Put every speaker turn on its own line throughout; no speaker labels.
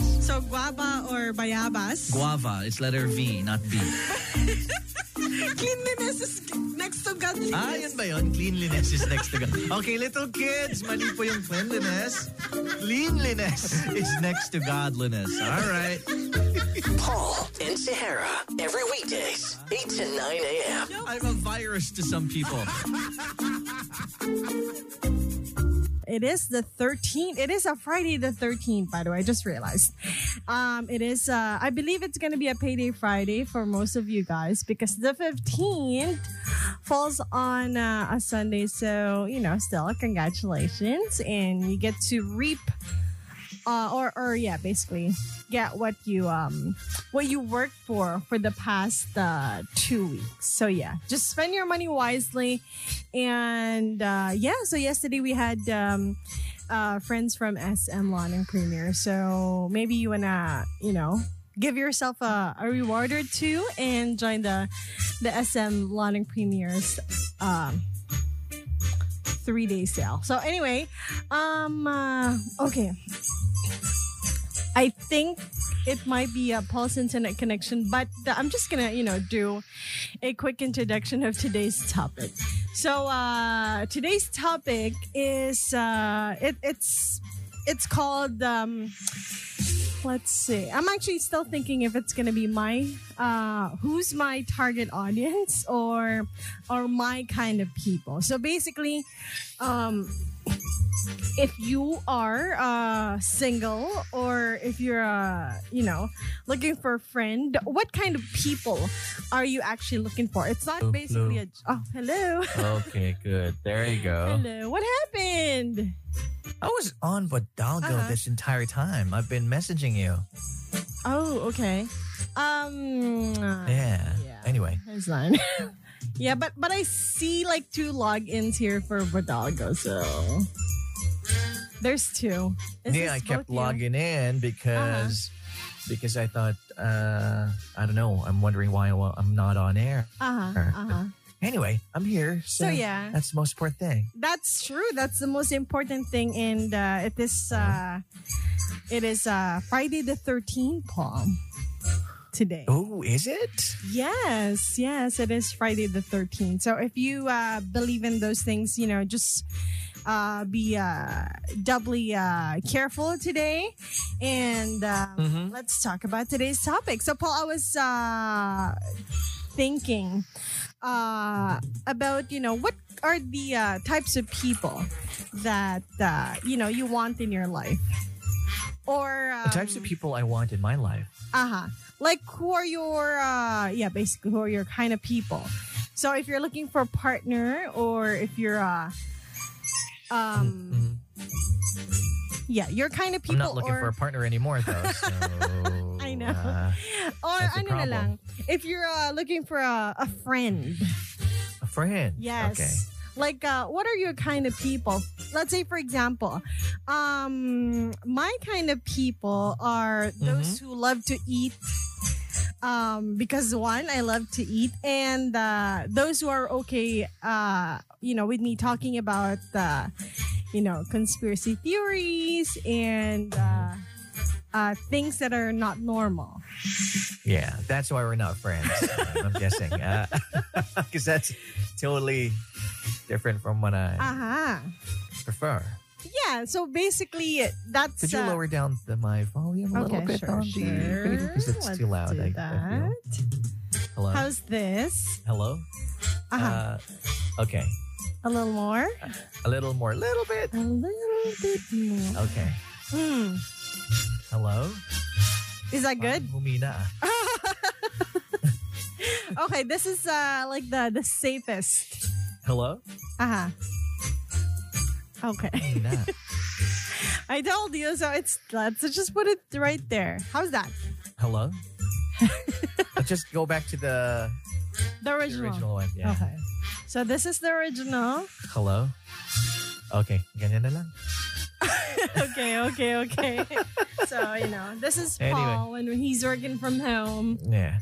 So, guava or bayabas?
Guava. It's letter V, not B.
Cleanliness is next to godliness.
Ah, yun ba yun? Cleanliness is next to God. Okay, little kids, mali po yung cleanliness. Cleanliness is next to godliness. All right.
Paul and Sahara. Every weekdays, 8 to 9 a.m.
I'm a virus to some people.
It is the 13th. It is a Friday the 13th, by the way. I just realized. Um, it is, uh, I believe it's going to be a payday Friday for most of you guys because the 15th falls on uh, a Sunday. So, you know, still, congratulations. And you get to reap. Uh, or, or yeah, basically get what you um what you worked for for the past uh, two weeks. So yeah, just spend your money wisely. And uh, yeah, so yesterday we had um, uh, friends from SM Lawn and Premier. So maybe you wanna, you know, give yourself a, a reward or two and join the the SM Lawn and Premier's um, three day sale. So anyway, um, uh, okay. I think it might be a Pulse Internet connection, but the- I'm just gonna, you know, do a quick introduction of today's topic. So uh, today's topic is uh, it, it's it's called. Um, let's see. I'm actually still thinking if it's gonna be my uh, who's my target audience or or my kind of people. So basically, um, if you are uh, single or if you're uh, you know looking for a friend what kind of people are you actually looking for it's not
Hello,
basically a oh hello
Okay, good. There you go.
hello what happened
I was on Badalgo
Uh-huh.
this entire time. I've been messaging you.
oh okay um
Yeah.
Yeah.
Anyway,
there's none yeah but but i see like two logins here for Brodalgo, so there's two Is
yeah, I
this
kept
both you? Uh-huh.
logging in because because I thought uh, I don't know. I'm wondering why I- I'm not on air.
uh-huh uh-huh
Anyway, I'm here. So,
so yeah
that's the most important thing.
That's true. That's the most important thing. And uh, it is uh, it is uh, Friday the thirteenth, Paul. Today.
Oh, is it?
Yes, yes, it is Friday the thirteenth. So if you uh, believe in those things, you know, just uh, be uh, doubly uh, careful today. And um,
Mhm.
let's talk about today's topic. So, Paul, I was uh, thinking uh, about you know what are the uh, types of people that uh, you know you want in your life, or um,
the types of people I want in my life.
uh-huh. like who are your uh, yeah basically who are your kind of people. So if you're looking for a partner, or if you're uh, um
Mhm.
yeah your kind of
I'm
people,
not looking
or
for a partner anymore, though. So,
I know.
uh,
or
That's the
ano na
problem.
lang, if you're uh, looking for a, a friend,
a friend.
yes.
Okay.
Like, uh, what are your kind of people? Let's say, for example, um, my kind of people are those
Mm-hmm.
who love to eat. Um, because one, I love to eat, and uh, those who are okay, uh, you know, with me talking about, uh, you know, conspiracy theories and uh, uh, things that are not normal.
Yeah, that's why we're not friends. uh, I'm guessing, because that's totally different from what I
Uh huh.
prefer.
Yeah. So basically, that's.
Could you
uh,
lower down the, my volume a little
Okay,
bit
sure,
on the
sure.
because it's
Let's
too loud?
do
I, I
that.
feel. Hello.
How's this?
Hello.
Uh-huh.
Uh, okay.
a little more.
A little more. Little bit.
A little bit more.
Okay.
Hmm.
Hello.
Is that good?
Parang Humina.
Okay, this is uh like the the safest.
Hello.
Uh huh. Okay,
Humina.
I told you, so it's let's just put it right there. How's that?
Hello. Let's just go back to the,
The
the
original.
original one. Yeah.
Okay, so this is the original.
Hello. Okay, ganyan na lang.
okay, okay, okay. so you know, this is
Anyway.
Paul when he's working from home
Yeah.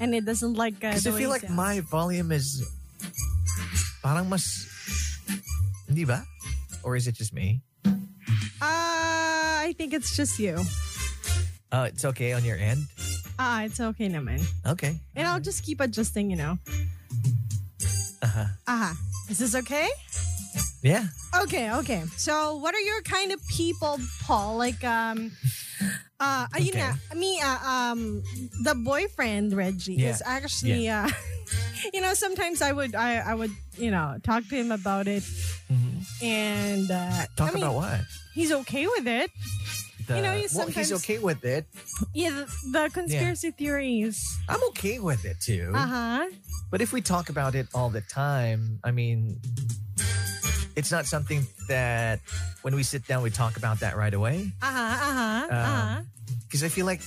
and it doesn't like. Uh,
Because
the
I
way
feel
he
like
sounds.
my volume is parang mas hindi ba? Or is it just me?
Ah, Uh, I think it's just you.
Oh, it's okay on your end?
Ah, it's okay naman.
Okay.
And I'll just keep adjusting, you know.
Uh-huh.
Aha. Is this okay?
Yeah.
Okay, okay. So, what are your kind of people, Paul? Like, um, uh, ayun
Okay.
na, me, uh, um, the boyfriend Reggie
Yeah.
is actually, uh, you know, sometimes I would, I, I would, you know, talk to him about it,
Mhm.
and uh,
Talk
Mm-hmm. I mean,
about what?
he's okay with it.
The,
You know, you
well, he's
sometimes-
okay with it.
Yeah, the, the conspiracy theories.
I'm okay with it too.
Uh huh.
But if we talk about it all the time, I mean, it's not something that when we sit down, we talk about that right away.
Uh huh. Uh huh. Uh huh.
Because I feel like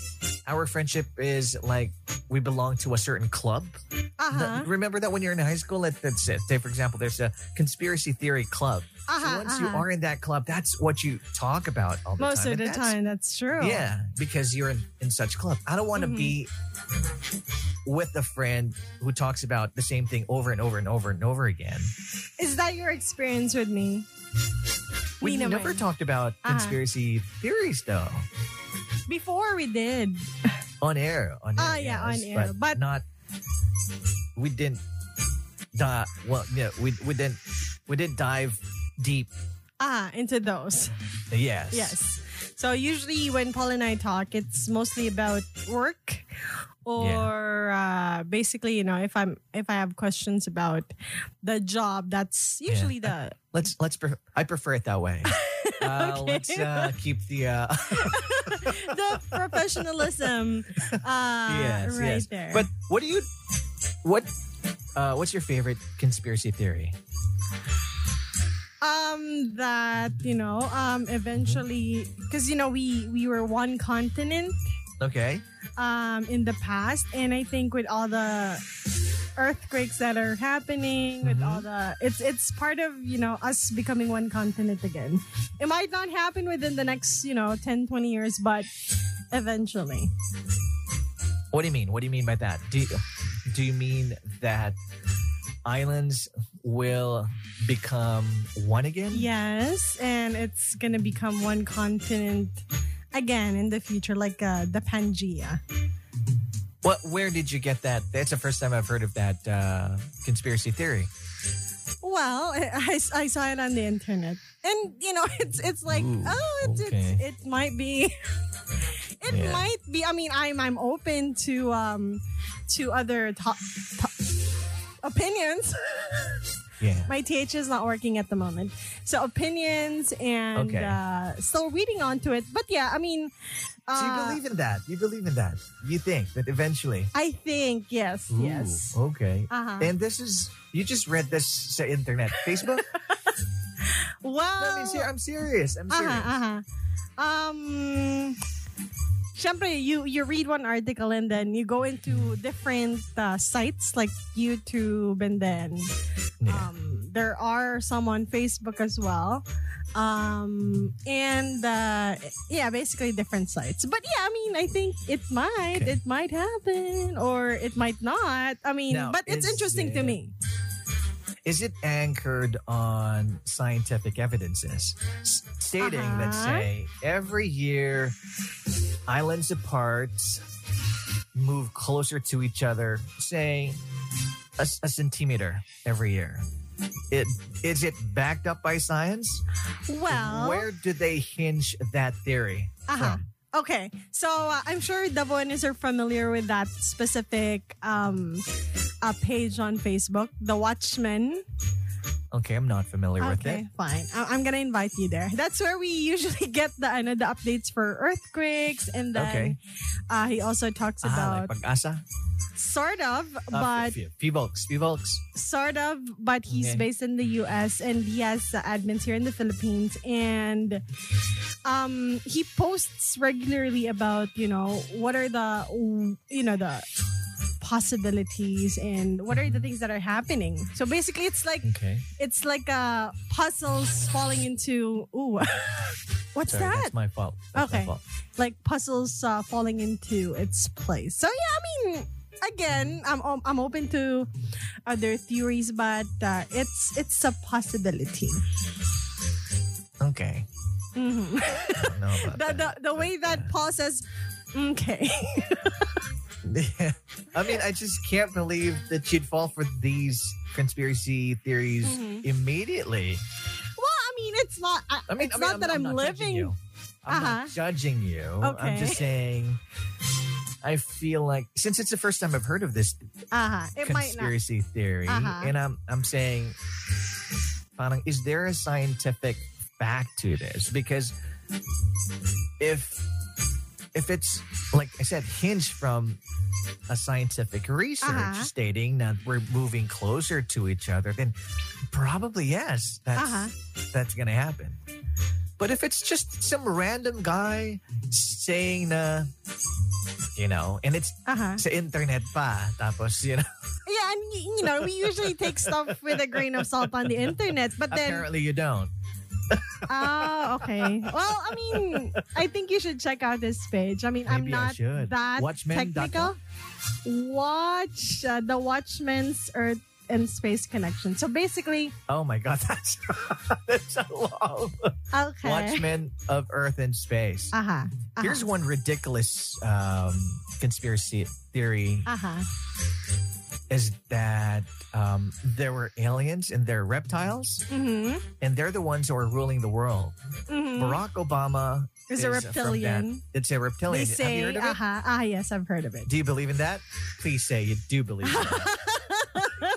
our friendship is like we belong to a certain club.
Uh
The-
huh.
remember that when you're in high school, that, that's it. Say, for example, there's a conspiracy theory club.
Uh
So once you are in that club, that's what you talk about all the
Most
time.
of
And
the
that's-
time, that's true.
Yeah, because you're in, in such club. I don't want to
Mhm.
be
Mm-hmm.
with a friend who talks about the same thing over and over and over and over again.
Is that your experience with me?
We
Me naman.
never talked about
Uh-huh.
conspiracy theories though.
Before we did.
On air. On air.
Ah, yeah, on air. But-
not we didn't di- well yeah, we we didn't we didn't dive deep.
Ah, into those.
Yes.
Yes. So usually when Paul and I talk, it's mostly about work or uh, basically, you know, if I'm if I have questions about the job, that's usually the
Let's let's pre- I prefer it that way. Uh,
Okay.
let's uh, keep the uh,
the professionalism uh
yes,
right
yes.
there.
But what do you what uh what's your favorite conspiracy theory?
um that, you know, um eventually cuz you know we we were one continent
Okay.
um, in the past, and I think with all the earthquakes that are happening, with
Mhm.
all the it's it's part of you know us becoming one continent again. It might not happen within the next you know 10, 20 years, but eventually.
What do you mean? What do you mean by that? Do you, do you mean that islands will become one again?
Yes, and it's gonna become one continent again in the future, like uh, the Pangea.
What? Where did you get that? That's the first time I've heard of that uh, conspiracy theory.
Well, I, I saw it on the internet, and you know, it's it's like,
Ooh,
oh, it's,
okay.
it's it might be, it
Yeah.
might be. I mean, I'm I'm open to um to other top, top opinions.
Yeah.
My th is not working at the moment, so opinions and
Okay.
uh, still reading onto it. But yeah, I mean, uh,
so you believe in that? You believe in that? You think that eventually?
I think yes, yes.
Ooh, oh. Okay.
Uh-huh.
And this is you just read this sa internet, Facebook.
Well,
I mean, ser- I'm serious. I'm serious.
Aha, aha. Uh-huh, Um, syempre, you, you read one article and then you go into different uh, sites like YouTube and then
Yeah.
um, there are some on Facebook as well. Um, and uh, yeah, basically different sites. But yeah, I mean, I think it might,
Okay.
it might happen or it might not. I mean,
Now,
but it's
is
interesting to
it-
me.
is it anchored on scientific evidences S- stating let's
Uh-huh.
say every year islands apart move closer to each other say a, s- a centimeter every year it is it backed up by science
Well,
where do they hinge that theory
Uh-huh.
from?
Okay, so uh, I'm sure Davonis are familiar with that specific um, uh, page on Facebook, The Watchmen.
okay i'm not familiar with
Okay,
it
fine. I- am gonna invite you there. That's where we usually get the ano, the updates for earthquakes, and then
Okay.
uh, he also talks
Ah,
about
like pag-asa?
sort of,
Ah,
but
f- f- Fevolks, Fevolks.
sort of, but he's
Okay.
based in the US and he has uh, admins here in the Philippines and um he posts regularly about, you know, what are the you know the possibilities and what are the things that are happening. So basically it's like
Okay.
it's like uh puzzles falling into ooh what's
Sorry,
that?
that's my fault. That's my
Okay.
fault.
like puzzles uh, falling into its place. So yeah, I mean, again, I'm I'm- I'm open to other theories, but uh, it's it's a possibility.
Okay.
Mhm.
I don't know
Mm-hmm.
about
The,
that.
the the way that Paul says Okay.
I mean, I just can't believe that she'd fall for these conspiracy theories
Mhm.
immediately.
Well, I mean, it's not. I,
I mean,
it's
I mean,
not that I'm,
judging
living.
you. I'm
Uh-huh.
not judging you. I'm
Okay.
just saying. I feel like since it's the first time I've heard of this
Uh huh. It might not.
conspiracy theory,
Uh-huh.
and I'm I'm saying, parang, is there a scientific back to this? Because if if it's like I said, hinged from a scientific research
Uh-huh.
stating that we're moving closer to each other, then probably yes, that's
Uh-huh.
that's gonna happen. But if it's just some random guy saying na, you know, and it's
Uh huh.
sa internet pa, tapos, you know,
Yeah, and y- you know, we usually take stuff with a grain of salt on the internet, but then
Apparently, you don't.
oh, okay. Well, I mean, I think you should check out this page. I mean, I'm
Maybe I
not
should.
that
Watchmen.com?
technical. Watch uh, the Watchmen's Earth and Space Connection. So basically,
Oh my God, that's that's so long.
okay.
Watchmen of Earth and Space.
Uh huh. Uh
Here's
huh.
one ridiculous um, conspiracy theory:
Uh huh.
is that um, there were aliens and they're reptiles,
Mm
and they're the ones who are ruling the world.
hmm. Mm hmm.
Barack Obama
There's a
is from that.
reptilian.
It's a reptilian.
They
Have you
say,
heard of
uh
it?
huh. Ah, yes, I've heard of it.
Do you believe in that? Please say you do believe. in that.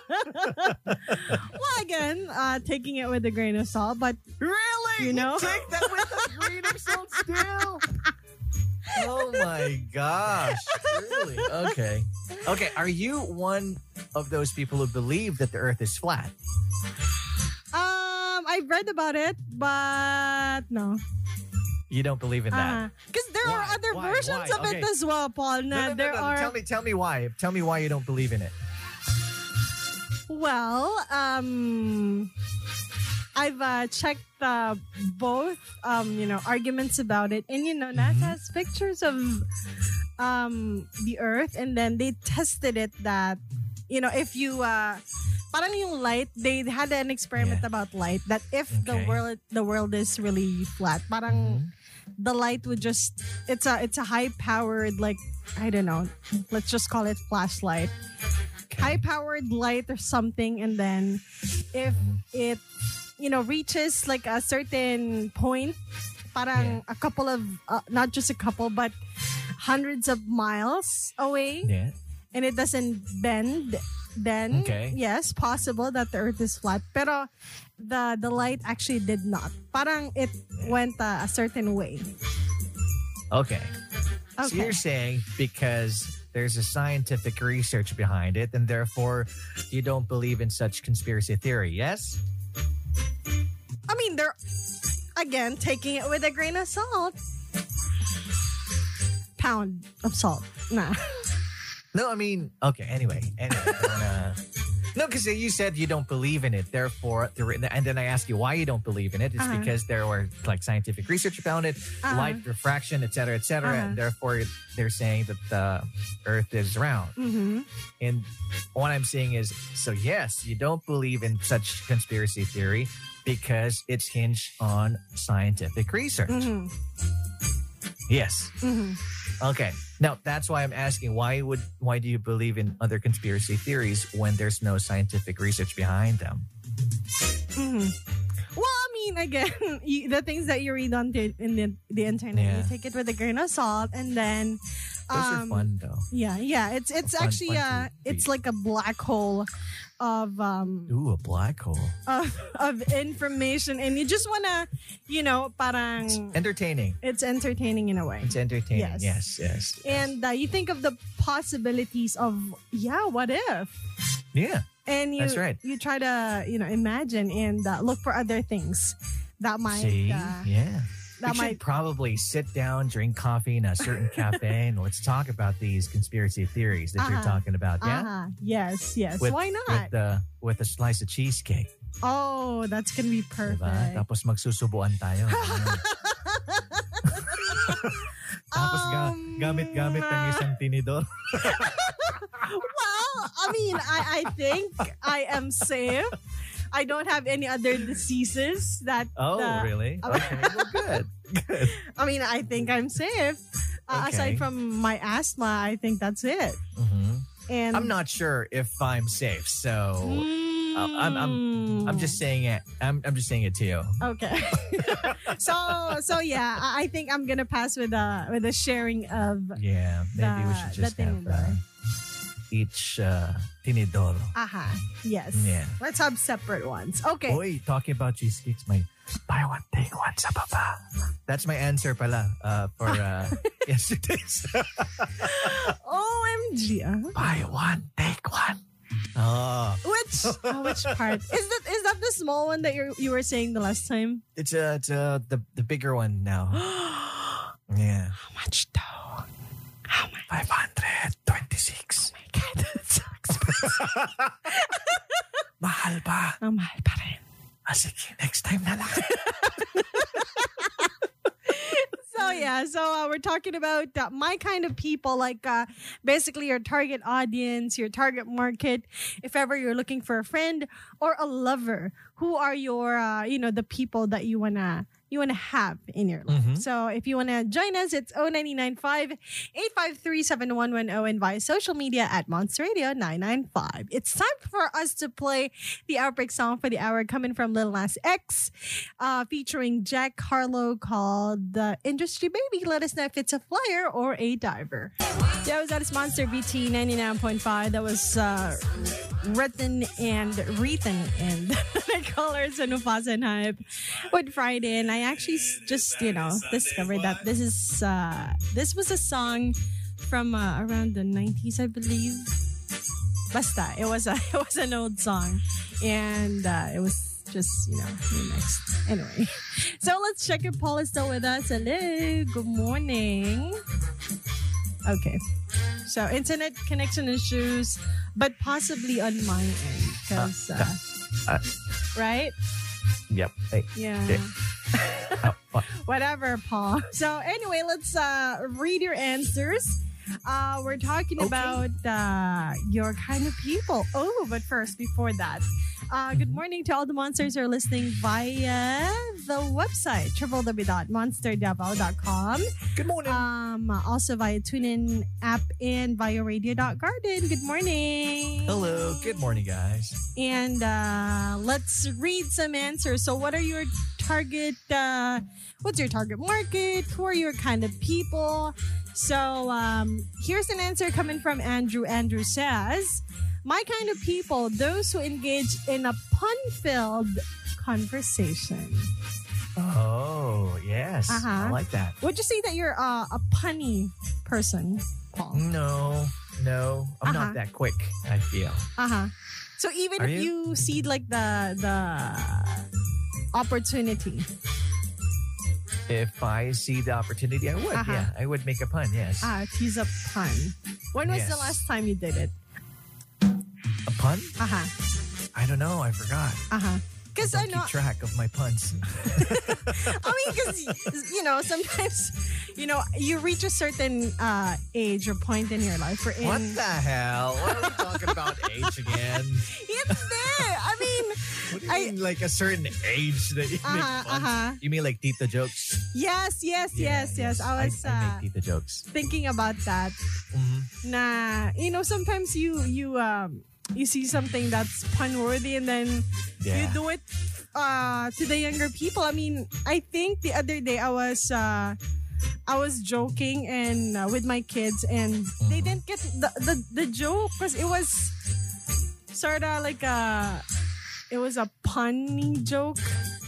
Well, again, uh, taking it with a grain of salt, but
Really?
You know?
take that with a grain of salt still. Oh my gosh. Really? Okay. Okay. Are you one of those people who believe that the earth is flat?
um, I've read about it, but no.
You don't believe in that?
Because there are
Why?
other
Why?
versions
Why?
of it
Okay.
as well, Paul.
No, no,
Na
no,
there
no, no.
are
Tell me tell me why. Tell me why you don't believe in it.
well, um, I've uh, checked uh, both, um, you know, arguments about it, and you know,
Mm-hmm.
NASA has pictures of um the Earth, and then they tested it that you know if you uh, parang yung light, they had an experiment
Yeah.
about light that if the
Okay.
world the world is really flat, parang.
Mm-hmm.
the light would just it's a it's a high powered like I don't know let's just call it flashlight high powered light or something and then if it you know reaches like a certain point parang a couple of uh, not just a couple but hundreds of miles away
Yeah.
and it doesn't bend then
Okay.
yes possible that the earth is flat pero the the light actually did not parang it went uh, a certain way
Okay. So
Okay.
you're saying because there's a scientific research behind it, and therefore you don't believe in such conspiracy theory, yes?
I mean, they're again taking it with a grain of salt. Pound of salt. Nah.
No, I mean, okay. Anyway, anyway, I don't wanna- no, because you said you don't believe in it. Therefore, the, re- and then I ask you why you don't believe in it. It's
Uh-huh.
because there were like scientific research about it,
Uh-huh.
light refraction, et cetera, et cetera,
Uh-huh.
and therefore they're saying that the Earth is round.
Mm-hmm.
And what I'm saying is, so yes, you don't believe in such conspiracy theory because it's hinged on scientific research.
Mm-hmm.
Yes.
Mm-hmm.
Okay. Now that's why I'm asking why would why do you believe in other conspiracy theories when there's no scientific research behind them?
Mm-hmm. Well, I mean, again, you, the things that you read on the in the, the internet,
Yeah.
you take it with a grain of salt, and then.
Those are
um,
fun though.
Yeah, yeah. It's it's
Fun-
actually
fun to
uh it's
read.
like a black hole of um
Ooh, a black hole.
of, of information and you just wanna you know parang
Entertaining.
it's entertaining in a way.
It's entertaining.
mm. Yes.
Yes, yes. yes.
and uh, you think of the possibilities of yeah what if
yeah,
and you
That's right.
you try to you know imagine and uh, look for other things that might
see,
uh,
yeah. We
that
should
might
probably sit down, drink coffee in a certain cafe, and let's talk about these conspiracy theories that you're
Uh-huh.
talking about. Yeah,
uh-huh. yes yes why not
with the with a slice of cheesecake.
oh that's gonna be perfect
Diba? Tapos magsusubuan tayo. Ayun. Tapos ga-
Um,
gamit-gamit ng isang tinidor.
well i mean i i think i am safe i don't have any other diseases that
Oh,
uh,
really?
um,
Okay, well, good.
i mean i think i'm safe Uh, Aside
Okay.
from my asthma, I think that's it.
Mhm.
And
I'm not sure if I'm safe, so Oh, I'm- I'm just saying it. I'm, I'm just saying it to you.
Hmm. Okay. so so yeah, I I think I'm gonna pass with uh with the sharing of
Yeah, maybe we should
The- the
just have uh,
tinidor.
each uh, tinidor.
aha. Yes.
Yeah.
Let's have separate ones. Okay.
Oy, talking about cheesecakes, my buy one take one sa baba. That's my answer pala uh, for uh, yesterday's.
OMG. ah.
buy one take one. Oh,
Which ah, which part? Is that is that the small one that you you were saying the last time?
it's uh, it's uh, the the bigger one now.
How
Yeah,
much though? How much? Oh
five hundred twenty six.
My God, that sucks.
Mahal ba?
Ang mahal pa rin.
Ah, sige, next time na lang.
So yeah, so uh, we're talking about uh, my kind of people, like uh, basically your target audience, your target market. If ever you're looking for a friend or a lover, who are your uh, you know the people that you wanna you wanna have in your life.
Mhm.
So if you wanna join us, it's 0995 853 7110 oh, and via social media at Monster Radio 995. It's time for us to play the outbreak song for the hour coming from Lil Nas X, uh, featuring Jack Harlow called The Industry Baby. Let us know if it's a flyer or a diver. That was that is Monster BT 99.5. That was uh, written and written and the colors and Mufasa and Hype with Friday. And I actually s- just, you know, discovered that this is uh, this was a song from uh, around the 90s, I believe. Basta, it was a it was an old song, and uh, it was just you know remixed. Anyway, so let's check if Paul is still with us. Hello, good morning. Okay, so internet connection issues, but possibly on my end because uh,
uh,
right?
yep. Hey,
Yeah.
yeah. Oh, what?
Whatever, Paul. So anyway, let's uh, read your answers. Uh, we're talking
Okay.
about uh, your kind of people. Oh, but first, before that, uh, good
Mm-hmm.
morning to all the monsters who are listening via the website www.monsterdevo.com.
Good morning.
Um, also via TuneIn app and via radio.garden. Good morning.
Hello. Good morning, guys.
And uh, let's read some answers. So, what are your target? Uh, what's your target market? Who are your kind of people? So, um, here's an answer coming from Andrew. Andrew says, "My kind of people: those who engage in a pun-filled conversation."
Oh, yes.
Uh-huh.
I like that.
Would you say that you're uh, a punny person, Paul?
Mm. No, no, I'm
Uh-huh.
not that quick. I feel.
Uh-huh. So even
Are
if you? see like the the opportunity.
If I see the opportunity, I would.
Uh-huh.
Yeah, I would make a pun. Yes,
Ah, tease a pun. When was the
Yes.
last time you did it?
a pun?
Uh-huh.
I don't know. I forgot.
Uh-huh. Because
Don't
I know,
keep track of my
I
puns.
mean, because you know, sometimes, you know, you reach a certain uh, age or point in your life where in
what the hell? What are we talking about? Age again?
it's there. I mean,
What do you
I-
mean, like a certain age that you
Uh-huh,
make puns?
uh-huh.
You mean like Tita jokes?
yes, yes,
Yeah,
yes, yes. I was
I,
uh, Mm-hmm.
make Tita jokes.
thinking about that.
Mhm.
Nah, you know, sometimes you you um you see something that's pun worthy and then
Yeah.
you do it uh, to the younger people. I mean, I think the other day I was uh, I was joking and uh, with my kids, and they didn't get the the, the joke because it was sort of like a it was a punny joke,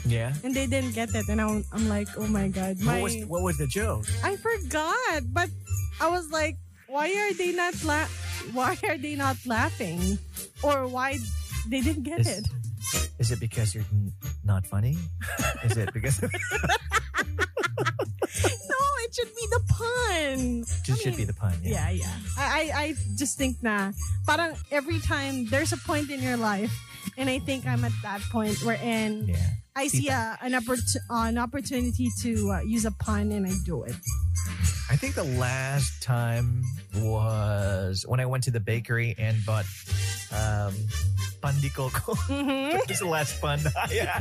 yeah.
and they didn't get it. And I'm, I'm like, oh my god, my
What was what was the joke?
I forgot, but I was like, why are they not la- Why are they not laughing? Or why they didn't get
Is-
it?
Is it because you're n- not funny? Is it because it
No, it should be the pun.
just should be
mean,
the pun?
Yeah, yeah. I, I, I just think na parang every time there's a point in your life, and I think I'm at that point wherein
Yeah.
I see a, an, oppor- an opportunity to uh, use a pun and I do it.
I think the last time was when I went to the bakery and bought um, pandikoko.
Mhm.
It's the last panda. yeah.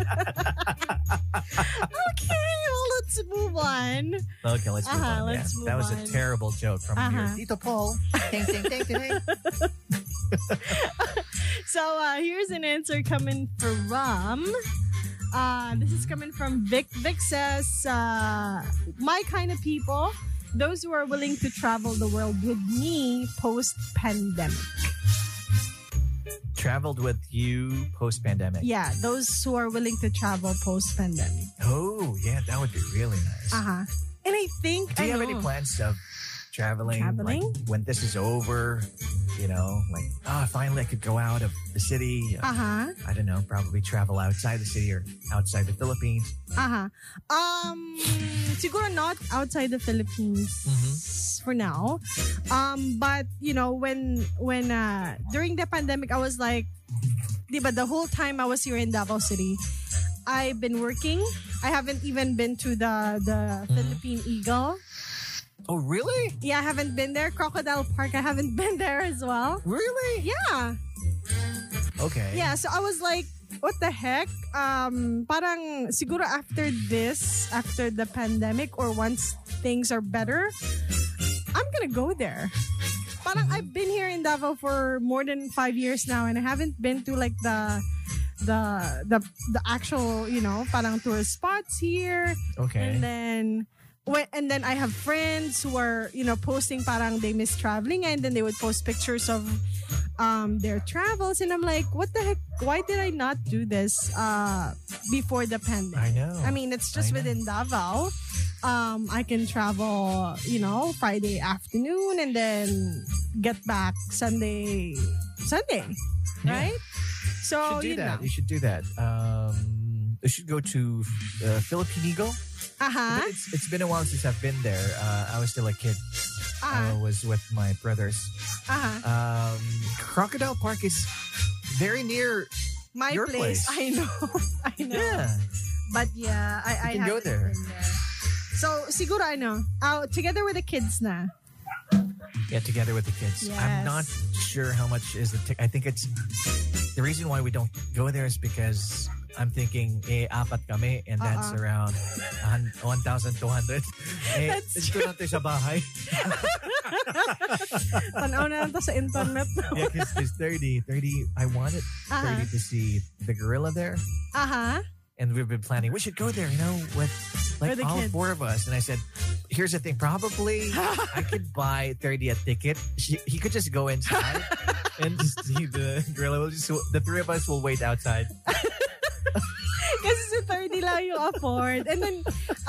Okay, well, let's move on.
Okay, let's move
Uh-huh,
on.
let's
yeah.
move
that was
on.
a terrible joke from
Uh-huh.
your Tito Paul. Ding, ding, ding, ding.
So uh, here's an answer coming from. Uh, this is coming from Vic. Vic says, uh, "My kind of people, those who are willing to travel the world with me post pandemic.
Traveled with you post pandemic.
Yeah, those who are willing to travel post pandemic.
Oh, yeah, that would be really nice.
Uh huh. And I think
Uh-huh. Do you
I
have
know.
any plans of traveling?
Traveling?
Like when this is over, you know, like, oh, finally I could go out of the city.
Uh huh.
I don't know, probably travel outside the city or outside the Philippines.
Aha. Uh-huh. Um, siguro not outside the Philippines
Mhm.
for now. Um, but you know, when when uh, during the pandemic, I was like, but the whole time I was here in Davao City, I've been working. I haven't even been to the the Philippine Eagle.
Mm-hmm. Oh, really?
Yeah, I haven't been there. Crocodile Park, I haven't been there as well.
Really?
Yeah.
Okay.
Yeah, so I was like, what the heck? Um, parang siguro after this, after the pandemic or once things are better, I'm gonna go there. Parang I've been here in Davao for more than five years now, and I haven't been to like the the the the actual you know parang tourist spots here.
Okay.
And then when, and then I have friends who are, you know, posting parang they miss traveling and then they would post pictures of um, their travels and I'm like, what the heck? Why did I not do this uh, before the
I
pandemic?
know.
I mean, it's just
I know.
within Davao. Um, I can travel, you know, Friday afternoon and then get back Sunday, Sunday,
Yeah.
right?
you
So
should do
yun
that.
lang.
You should do that. Um, you should go to uh, Philippine Eagle.
Aha,
But It's, it's been a while since I've been there. Uh, I was still a kid.
aha,
I was with my brothers.
aha.
Um, Crocodile Park is very near.
My
your
place. I
place.
know. I know.
Yeah.
But yeah, I, I
You can go
haven't
there.
been there. So siguro ano, uh, together with the kids na.
Yeah, together with the kids.
Yes.
I'm not sure how much is the. T- I think it's the reason why we don't go there is because I'm thinking eh apat kami and that's
Uh-uh.
around around 1,200. Eh,
That's
dito natin sa bahay.
Tanaw na lang to sa internet.
yeah, because there's 30, 30. I wanted 30
Aha.
to see the gorilla there.
Aha.
and we've been planning. We should go there, you know, with
With
like
the
all
kids.
four of us. And I said, "Here's the thing. Probably I could buy thirty a ticket. She, he could just go inside and just see the gorilla. We'll just the three of us will wait outside.
Kasi sa 30 lang you afford. And then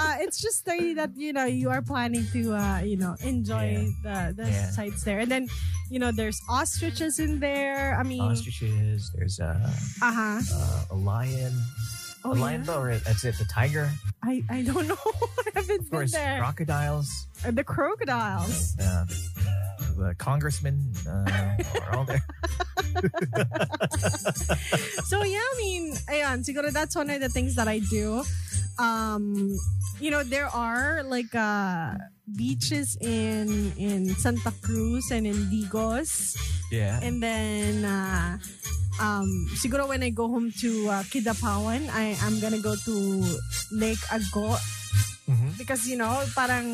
uh, it's just 30 that you know you are planning to uh, you know enjoy the the
Yeah.
sights there. And then you know there's ostriches in there. I mean,
Ostriches. There's a
aha.
uh, a lion,
Oh,
a lion,
yeah?
though, or that's it. The tiger,
I I don't know. I haven't been
of course.
there.
Crocodiles.
Uh, the crocodiles.
Uh, the congressmen uh, are all there.
So yeah, I mean, ayan, siguro that's one of the things that I do. Um, you know, there are like uh beaches in in Santa Cruz and in Digos.
Yeah.
And then uh um siguro when I go home to uh, Kidapawan, I am going to go to Lake Ago
hmm
because you know, parang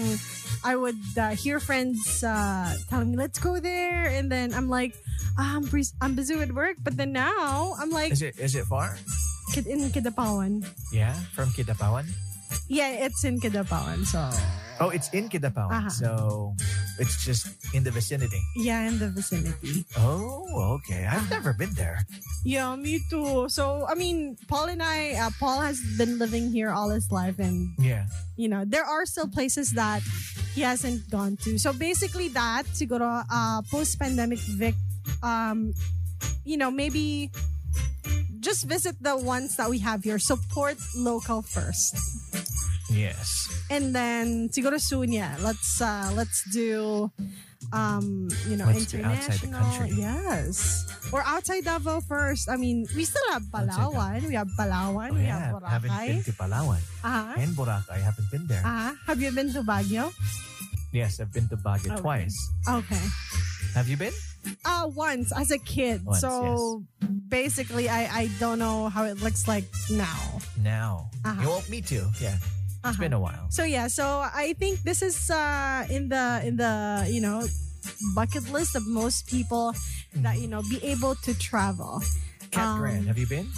I would uh, hear friends uh, telling me, "Let's go there," and then I'm like, ah, "I'm bus- I'm busy with work," but then now I'm like,
Is it is it far?
Kid in Kidapawan.
Yeah, from Kidapawan.
Yeah, it's in Kidapawan. So
Oh, it's in Kidapawan,
Uh-huh.
so it's just in the vicinity.
yeah, in the vicinity.
Oh, okay. I've never been there.
Yeah, me too. So I mean, Paul and I, uh, Paul has been living here all his life, and
Yeah.
you know there are still places that he hasn't gone to. So basically, that siguro uh, post-pandemic Vic, um, you know maybe. Just visit the ones that we have here. Support local first.
Yes.
and then siguro soon yeah let's uh let's do um you know
Let's do outside the
international
country.
yes or outside Davao first I mean we still have
Outside
Palawan we have Palawan
Oh,
we
yeah.
have
haven't been
Boracay
to Palawan
uh-huh.
and Boracay. I haven't been
Ah.
there.
uh-huh. have you been to Baguio
Yes, I've been to Baguio
Okay.
twice.
okay
Have you been?
Uh, once as a kid.
Once,
so basically, I, I don't know how it looks like now.
No.
Uh-huh.
You won't. Me too. Yeah. It's
Uh-huh.
been a while.
So yeah, so I think this is uh, in the in the you know bucket list of most people that you know be able to travel.
Mm-hmm.
um,
Cat Grand. Have you been?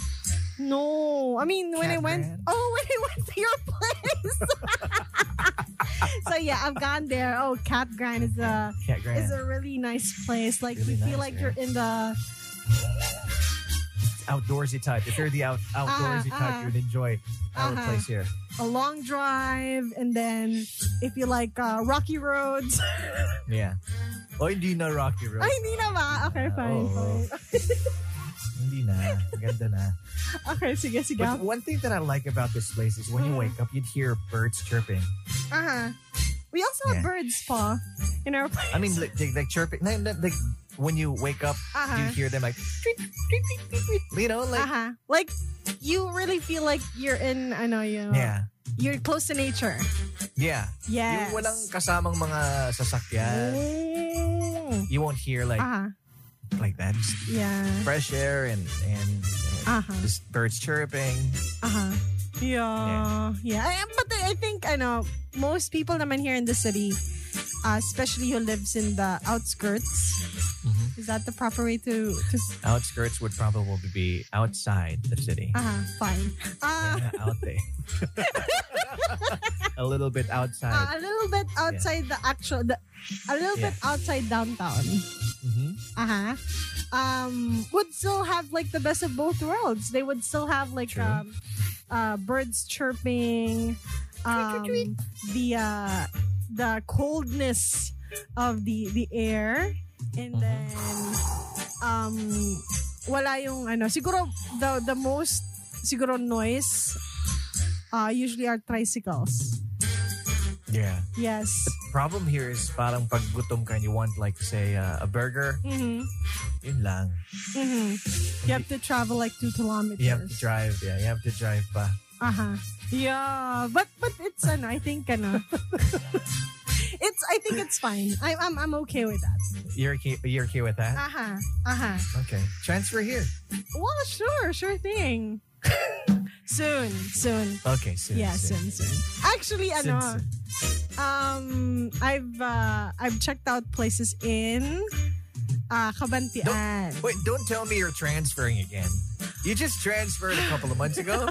No, I mean when I
Cat
went.
Grand?
Oh, when I went to your place. so yeah, I've gone there. Oh, Cat Grand is a
Mm-hmm. Cat
uh,
Grand.
is a really nice place. Like
Really
you feel
nice,
like
yeah.
you're in the
outdoorsy type. If you're the out, outdoorsy
Uh-huh,
type,
uh-huh.
you would enjoy our
Uh-huh.
place here.
a long drive, and then if you like uh, rocky roads.
Yeah. Oh, hindi na Rocky Road.
Ay, hindi na ba? Okay, fine,
Oo.
fine.
Hindi na. Maganda na.
Okay, sige, sige.
But one thing that I like about this place is when you
Mm.
wake up, you'd hear birds chirping.
Uh-huh. We also have
Yeah.
birds pa in our place.
I mean, like, they- like chirping. Like, like when you wake up, you
uh-huh.
hear them like, tweet, tweet, tweet, tweet, tweet. you know, like,
uh-huh. Like you really feel like you're in ano you
yeah,
you're close to nature.
yeah.
Yes.
Yung walang kasamang mga sasakyan.
Mm.
You won't hear like
Uh-huh.
like that. Just
Yeah.
fresh air and and uh,
Uh-huh.
just birds chirping.
Uh-huh. Yeah. Yeah. I- But I I think I know most people naman here in the city, uh, especially who lives in the outskirts.
Mhm.
Is that the proper way to to s-
Outskirts would probably be outside the city.
uh-huh, fine. Uh,
Yeah, out there. a little bit outside.
uh, a little bit outside the actual the, a little bit outside downtown.
Mhm.
Uh-huh. Um would still have like the best of both worlds. They would still have like
True.
um uh birds chirping um, the uh the coldness of the the air and
Mhm.
then um wala yung ano siguro the the most siguro noise uh usually are tricycles.
Yeah.
Yes.
Problem here is parang pag gutom ka and you want like say uh, a burger,
Mhm.
yun lang.
Mhm. You have to travel like 2 kilometers.
You have to drive. Yeah, you have to drive pa.
Uh-huh. Yeah, but but it's ano, I think ano. it's I think it's fine. I I'm I'm okay with that.
You're okay, you're okay with that?
Uh-huh. Uh-huh.
Okay. Transfer here.
Well, sure, sure thing. soon, soon.
Okay, soon.
yeah, soon, soon. Actually,
Soon,
ano,
soon.
um I've uh I've checked out places in uh Kabantian.
Wait, don't tell me you're transferring again. You just transferred a couple of months ago.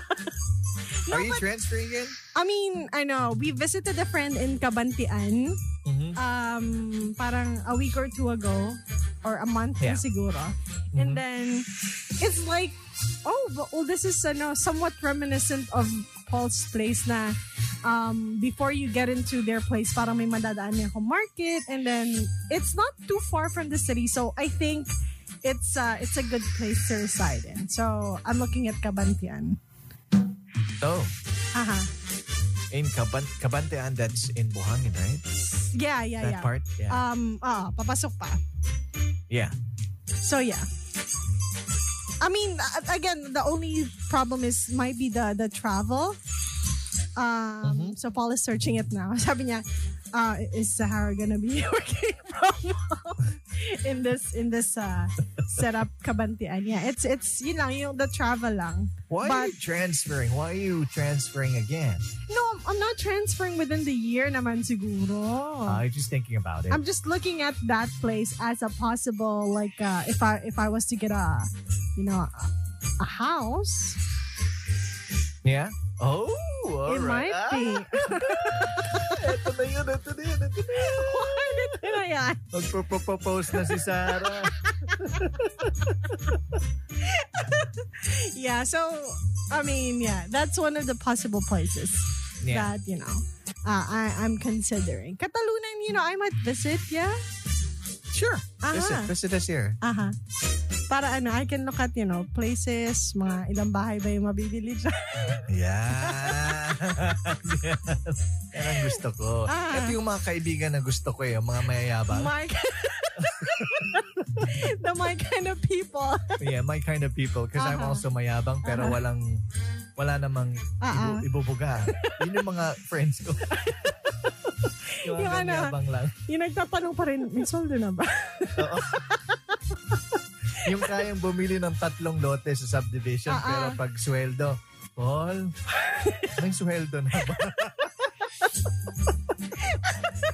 Are you transferring again?
I mean, I know, we visited a friend in Kabantian.
Mm-hmm.
um, parang a week or two ago or a month na
Yeah. Mm-hmm.
siguro. And then it's like, oh, but, well, this is ano, somewhat reminiscent of Paul's place na um, before you get into their place, parang may madadaan niya akong market. And then it's not too far from the city. So I think it's uh, it's a good place to reside in. So I'm looking at Cabantian.
Oh,
Aha.
in Kaban- Kabantean, that's in Buhangin, right?
Yeah, yeah,
that
yeah.
part? Yeah.
Um, ah, papasok pa.
yeah.
So yeah. I mean, a- again, the only problem is might be the the travel. Um, So Paul is searching it now. Sabi niya, uh, is Sahara gonna be working from home in this in this uh, setup kabantian? Yeah, it's it's yun lang yung the travel lang.
Why are
But-
you transferring? Why are you transferring again?
No, I'm- I'm not transferring within the year naman siguro.
I was just thinking about
Oh.
it.
I'm just looking at that place as a possible like uh, if I if I was to get a you know a, a house
yeah? Oh, all
it
right.
might be
Ah, ito na yun, ito na yun, ito na yun.
Ano yan?
Magpo-propose na si Sarah.
yeah so I mean yeah that's one of the possible places
yeah.
that you know uh, I I'm considering Catalunan you know I might visit yeah
Sure. Visit,
Aha.
visit us here.
aha para ano I can look at you know places mga ilang bahay ba yung mabibili dyan
Yeah. Yan ang gusto ko.
Ah.
Ito yung mga kaibigan na gusto ko eh, yung mga mayayabang.
my the my kind of people
yeah, my kind of people because I'm
Aha.
also mayabang pero
Aha.
walang wala namang
Uh-huh. Ah, ah.
ibu- ibubuga. Yun yung mga friends ko. Yung,
Yung ano.
hanggang yabang lang.
Yung nagtatanong pa rin, may soldo na ba?
Oo. yung kayang bumili ng tatlong lote sa subdivision
Ah,
pero
ah.
pag sweldo, Paul, may sweldo na ba?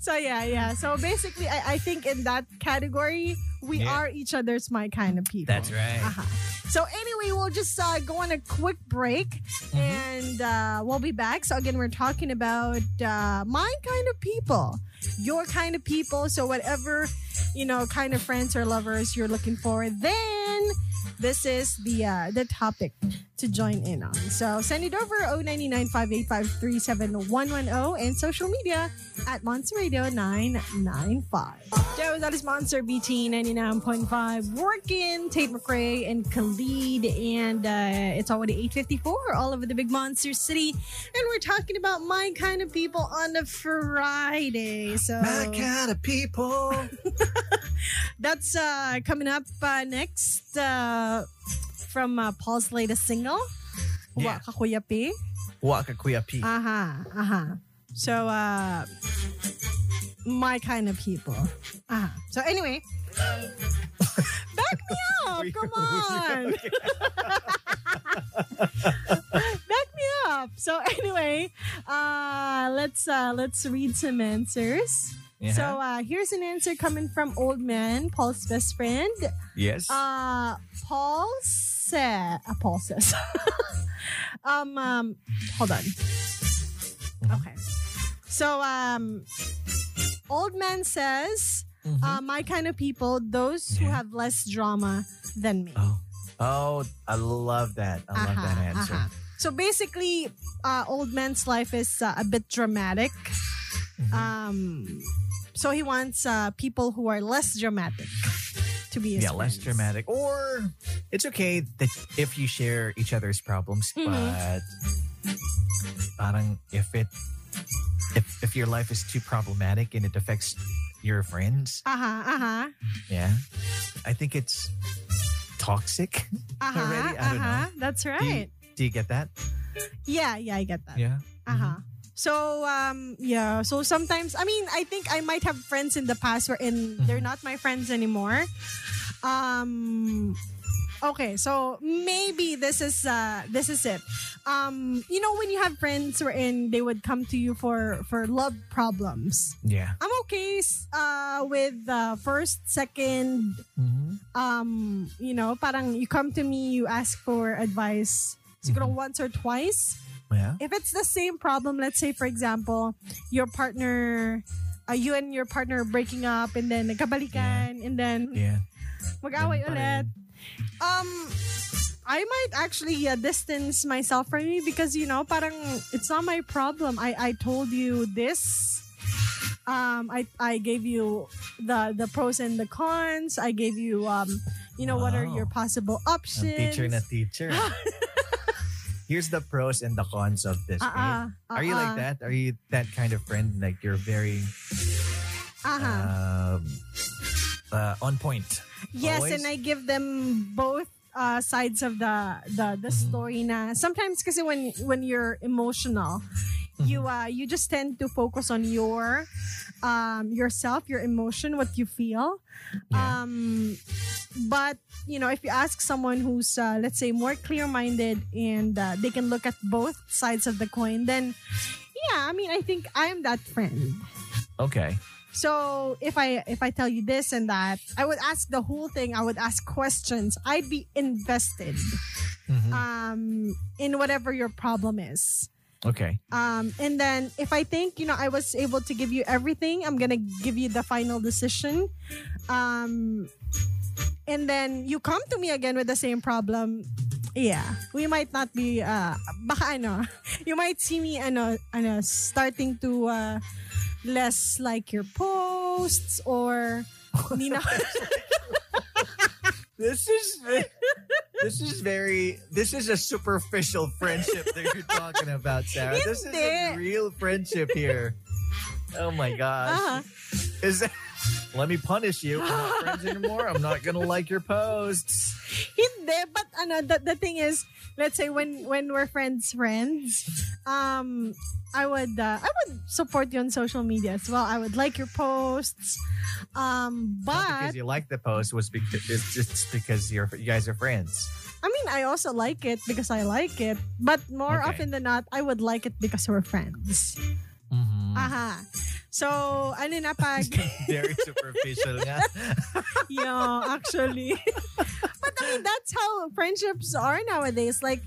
so yeah, yeah. So basically, I, I think in that category, we
Yeah.
are each other's my kind of people.
right.
Uh-huh. So anyway, we'll just uh, go on a quick break,
Mm-hmm.
and uh, we'll be back. So again, we're talking about uh, my kind of people, your kind of people. So whatever you know, kind of friends or lovers you're looking for, then this is the uh, the topic to join in on. So send it over 099-585-37110 oh, and social media at Monster Radio 995. Joe, that is Monster BT 99.5. Working Tate McRae and Khalid. And uh, it's already 8.54 all over the big Monster City. And we're talking about my kind of people on a Friday. So
My kind of people.
that's uh, coming up uh, next uh, from uh, Paul's latest single.
Yeah.
Wa Kakuya P.
Waka Kuya P.
Aha, aha. Uh-huh, So, uh, my kind of people. Aha. So, anyway, back me up.
We're-
Come
we're-
on. back me up. So, anyway, uh, let's uh, let's read some answers. So, uh, here's an answer coming from Old Man, Paul's best friend.
yes.
Uh, Paul said, uh, Paul says, um, um, hold on. Okay. So, um, old man says,
Mhm.
uh, my kind of people, those who
Yeah.
have less drama than me.
oh. oh, I love that. I love that
Aha,
answer.
aha. uh-huh. So basically, uh, old man's life is uh, a bit dramatic.
Mhm.
Um, so he wants uh, people who are less dramatic to be his
yeah, less
friends.
dramatic. Or it's okay that if you share each other's problems,
Mhm.
but parang if it if if your life is too problematic and it affects your friends,
Aha, aha.
yeah, I think it's toxic.
Uh-huh,
already? I don't
uh-huh. That's
Do you-
right.
Do you get that?
Yeah, yeah, I get that.
Yeah. mm-hmm.
Uh-huh. So um yeah, so sometimes I mean, I think I might have friends in the past where in
Mm-hmm.
they're not my friends anymore. Um okay, so maybe this is uh this is it. Um you know when you have friends wherein they would come to you for for love problems.
Yeah.
I'm okay s- uh with uh, first, second,
Mm-hmm.
um, you know, parang you come to me, you ask for advice, siguro
Mm-hmm.
once or twice.
Yeah.
If it's the same problem, let's say for example, your partner, uh, you and your partner are breaking up and then nagkabalikan and then
Yeah.
mag-away
Ganun pa
ulit.
rin.
Um, I might actually uh, distance myself from you because you know, parang it's not my problem. I I told you this. Um, I I gave you the the pros and the cons. I gave you um, you know, what are
Wow.
your possible
Ang
options?
teacher na teacher. Here's the pros and the cons of this. babe.
Uh-uh,
Are you like
uh-uh,
that? Are you that kind of friend? Like you're very
Uh-huh.
um, uh, on point.
Yes,
Always.
and I give them both uh, sides of the the, the
Mhm.
story. Na sometimes, kasi when when you're emotional, you uh, you just tend to focus on your um, yourself, your emotion, what you feel.
Mm-hmm. Yeah.
Um, but you know, if you ask someone who's uh, let's say more clear-minded and uh, they can look at both sides of the coin, then yeah, I mean, I think I'm that friend. uh,
Okay.
So if I if I tell you this and that, I would ask the whole thing. I would ask questions. I'd be invested
Mhm.
um, in whatever your problem is.
okay.
Um, and then if I think you know I was able to give you everything, I'm gonna give you the final decision. Um, and then you come to me again with the same problem. Yeah, we might not be uh baka ano, you might see me ano ano starting to uh less like your posts or hindi na
This is ve- this is very this is a superficial friendship that you're talking about, Sarah. This is a
Hindi.
real friendship here. Oh my gosh.
Ah,
Is that, let me punish you. We're not friends anymore. I'm not gonna like your posts.
hindi but ano the, the thing is let's say when when we're friends friends um I would uh, I would support you on social media as well. I would like your posts. Um,
Not
but
because you like the post was because it's just because you're you guys are friends.
I mean, I also like it because I like it. But more
Okay.
often than not, I would like it because we're friends. Aha. So, ano na pag,
Very superficial nga.
yeah, actually. but I mean, that's how friendships are nowadays. Like,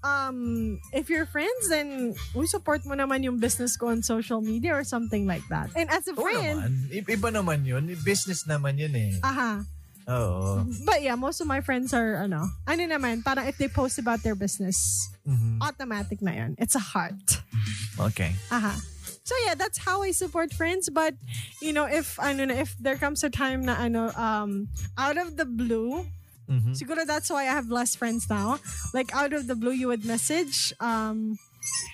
um, if you're friends, then we support mo naman yung business ko on social media or something like that. And as a
Oo
friend,
naman. I- Iba naman yun. Business naman yun eh.
aha.
Oo.
But yeah, most of my friends are, ano, ano naman, parang if they post about their business,
Mhm.
automatic na yun. It's a heart.
Okay.
Aha. So yeah, that's how I support friends. But you know, if ano na, if there comes a time na ano, um, out of the blue,
Mhm.
siguro that's why I have less friends now. Like out of the blue, you would message, um,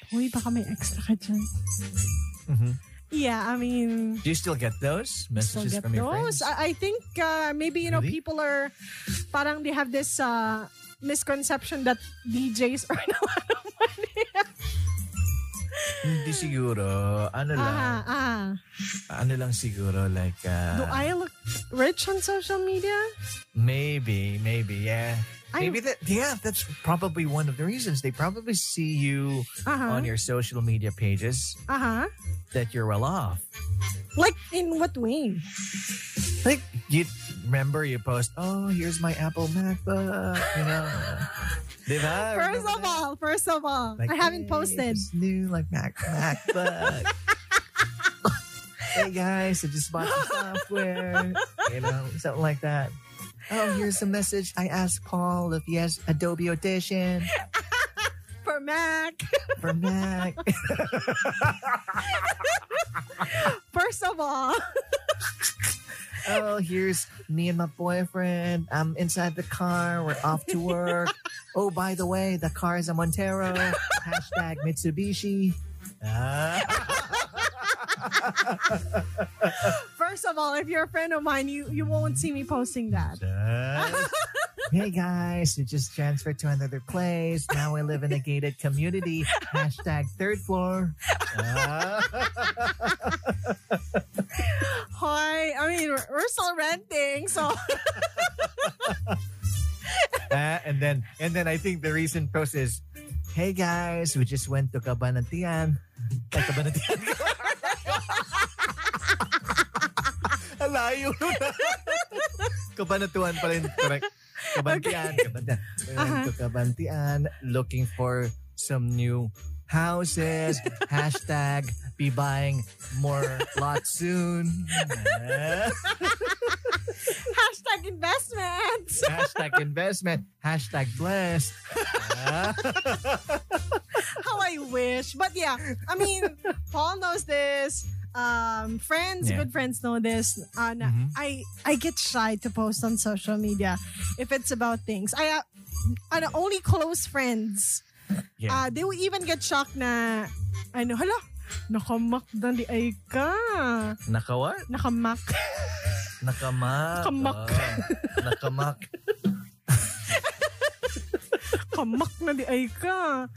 uy, baka may extra ka dyan.
Mhm.
Yeah, I mean,
Do you still get those
still
messages
get
from your
those.
friends?
I, I think uh, maybe you know
Really?
people are, parang they have this uh, misconception that DJs are naman ng money.
Hindi siguro. Ano lang.
Aha, aha.
Ano lang siguro like uh,
Do I look rich on social media?
maybe maybe yeah.
I-
Maybe that yeah, that's probably one of the reasons. They probably see you
Uh-huh.
on your social media pages
Uh-huh.
that you're well off.
Like in what way?
Like you remember you post, oh here's my Apple MacBook, you know.
First
Diba? "Ah, Remember
of
that?
all, first of all,
Like, eh,
I haven't
"Hey,
posted.
this new like Mac MacBook. hey guys, I just bought some software. You know, something like that. Oh, here's a message. I asked Paul if he has Adobe Audition
For Mac.
for Mac.
First of all,
Oh, here's me and my boyfriend. I'm inside the car. We're off to work. Oh, by the way, the car is a Montero. Hashtag Mitsubishi.
first of all, if you're a friend of mine, you you won't see me posting that.
hey guys, we just transferred to another place. Now we live in a gated community. Hashtag third floor.
Hi, I mean we're, we're still renting, so
Uh, and then and then I think the recent post is, hey guys, we just went to Cabanatian. Ay, Cabanatian. Alayo na. Cabanatuan pa rin. Correct. Cabantian. Cabantian. We went to Cabantian looking for some new houses. Hashtag be buying more lots soon.
hashtag investments.
Hashtag investment. Hashtag blessed. Ah.
How I wish. But yeah, I mean, Paul knows this. Um, friends,
Yeah.
good friends know this. Uh, na-
Mhm.
I I get shy to post on social media if it's about things. I uh, ano, only close friends.
Yeah.
Uh, they will even get shocked na ano, hala, nakamak na di ay ka.
Naka what?
Nakamak.
Nakamak.
Nakamak.
Oh, nakamak.
Kamak na di ay ka.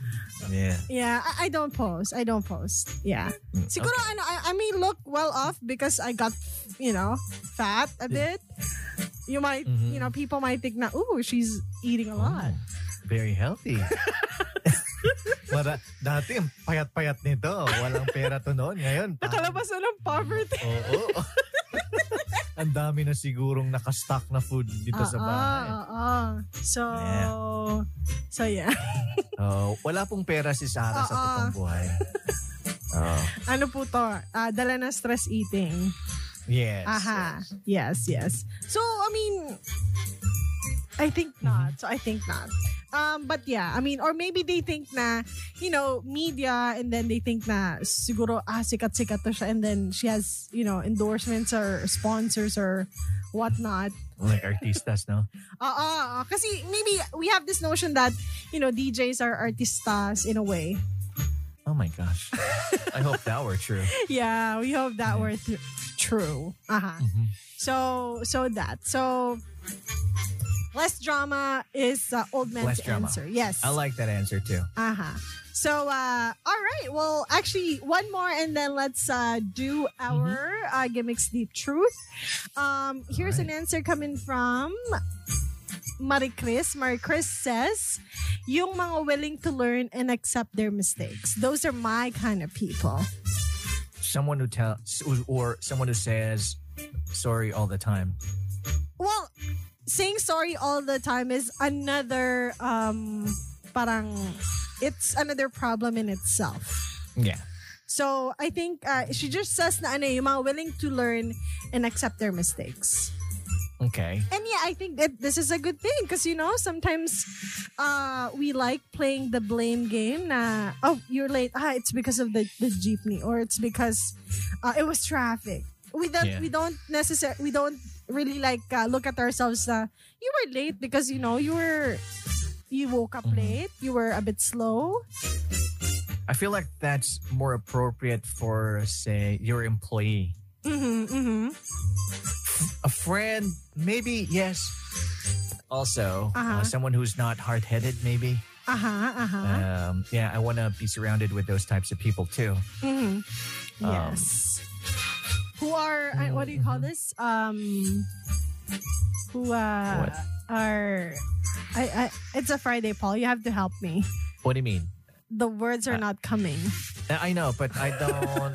Yeah.
Yeah, I, I don't post. I don't post. Yeah.
Mm,
Siguro ano, I, I may look well off because I got, you know, fat a bit. You might,
Mhm.
you know, people might think na, ooh, she's eating a lot.
Oh, very healthy. Mara, dati, ang payat-payat nito. Walang pera to noon. Ngayon, parang-
Nakalabas na ng poverty.
Oo. Ang dami na sigurong nakastock na food dito sa
Oo,
bahay.
oo. Uh-uh, So, so yeah.
Oo, Oh, wala pong pera si Sarah sa
Oo.
totoong buhay. Oh, Oo.
ano po to? Ah, dala na stress eating.
yes.
Aha. Uh-huh. Yes, yes. So, I mean, I think not. So, I think not. Um, but yeah, I mean, or maybe they think na, you know, media, and then they think na siguro, ah, sikat-sikat to siya, and then she has, you know, endorsements or sponsors or whatnot.
Like artistas, no?
Oo, oo. kasi maybe we have this notion that, you know, DJs are artistas in a way.
Oh my gosh. I hope that were true.
Yeah, we hope that were th- true. Uh-huh.
Mhm.
So, so that. So, less drama is uh, old man's
Less drama.
answer. Yes.
I like that answer too.
Uh-huh. So, uh, all right. Well, actually, one more, and then let's uh, do our
Mm-hmm.
uh, gimmicks deep truth. Um, here's an answer coming from Marie Chris. Marie Chris says, "Yung mga willing to learn and accept their mistakes. Those are my kind of people."
Someone who tells, or someone who says sorry all the time.
Well, saying sorry all the time is another um parang it's another problem in itself.
Yeah.
So I think uh, she just says na ano eh, yung mga willing to learn and accept their mistakes.
Okay.
And yeah, I think that this is a good thing because you know sometimes uh, we like playing the blame game. Na oh you're late. Ah, it's because of the, the jeepney or it's because uh, it was traffic. We don't
Yeah.
we don't necessarily we don't really like uh, look at ourselves. Na, you were late because you know you were you woke up
Mhm.
late. You were a bit slow.
I feel like that's more appropriate for, say, your employee.
Mm-hmm, mm-hmm.
A friend, maybe, yes. Also,
Uh-huh.
uh, someone who's not hard headed, maybe.
Uh huh. Uh huh.
Um, yeah, I want to be surrounded with those types of people too.
Mhm.
Um,
Yes. who are I- what do you call this? Um, who uh,
What?
are? I, I it's a Friday, Paul. You have to help me.
What do you mean?
The words are
Uh,
not coming.
I I know, but I don't.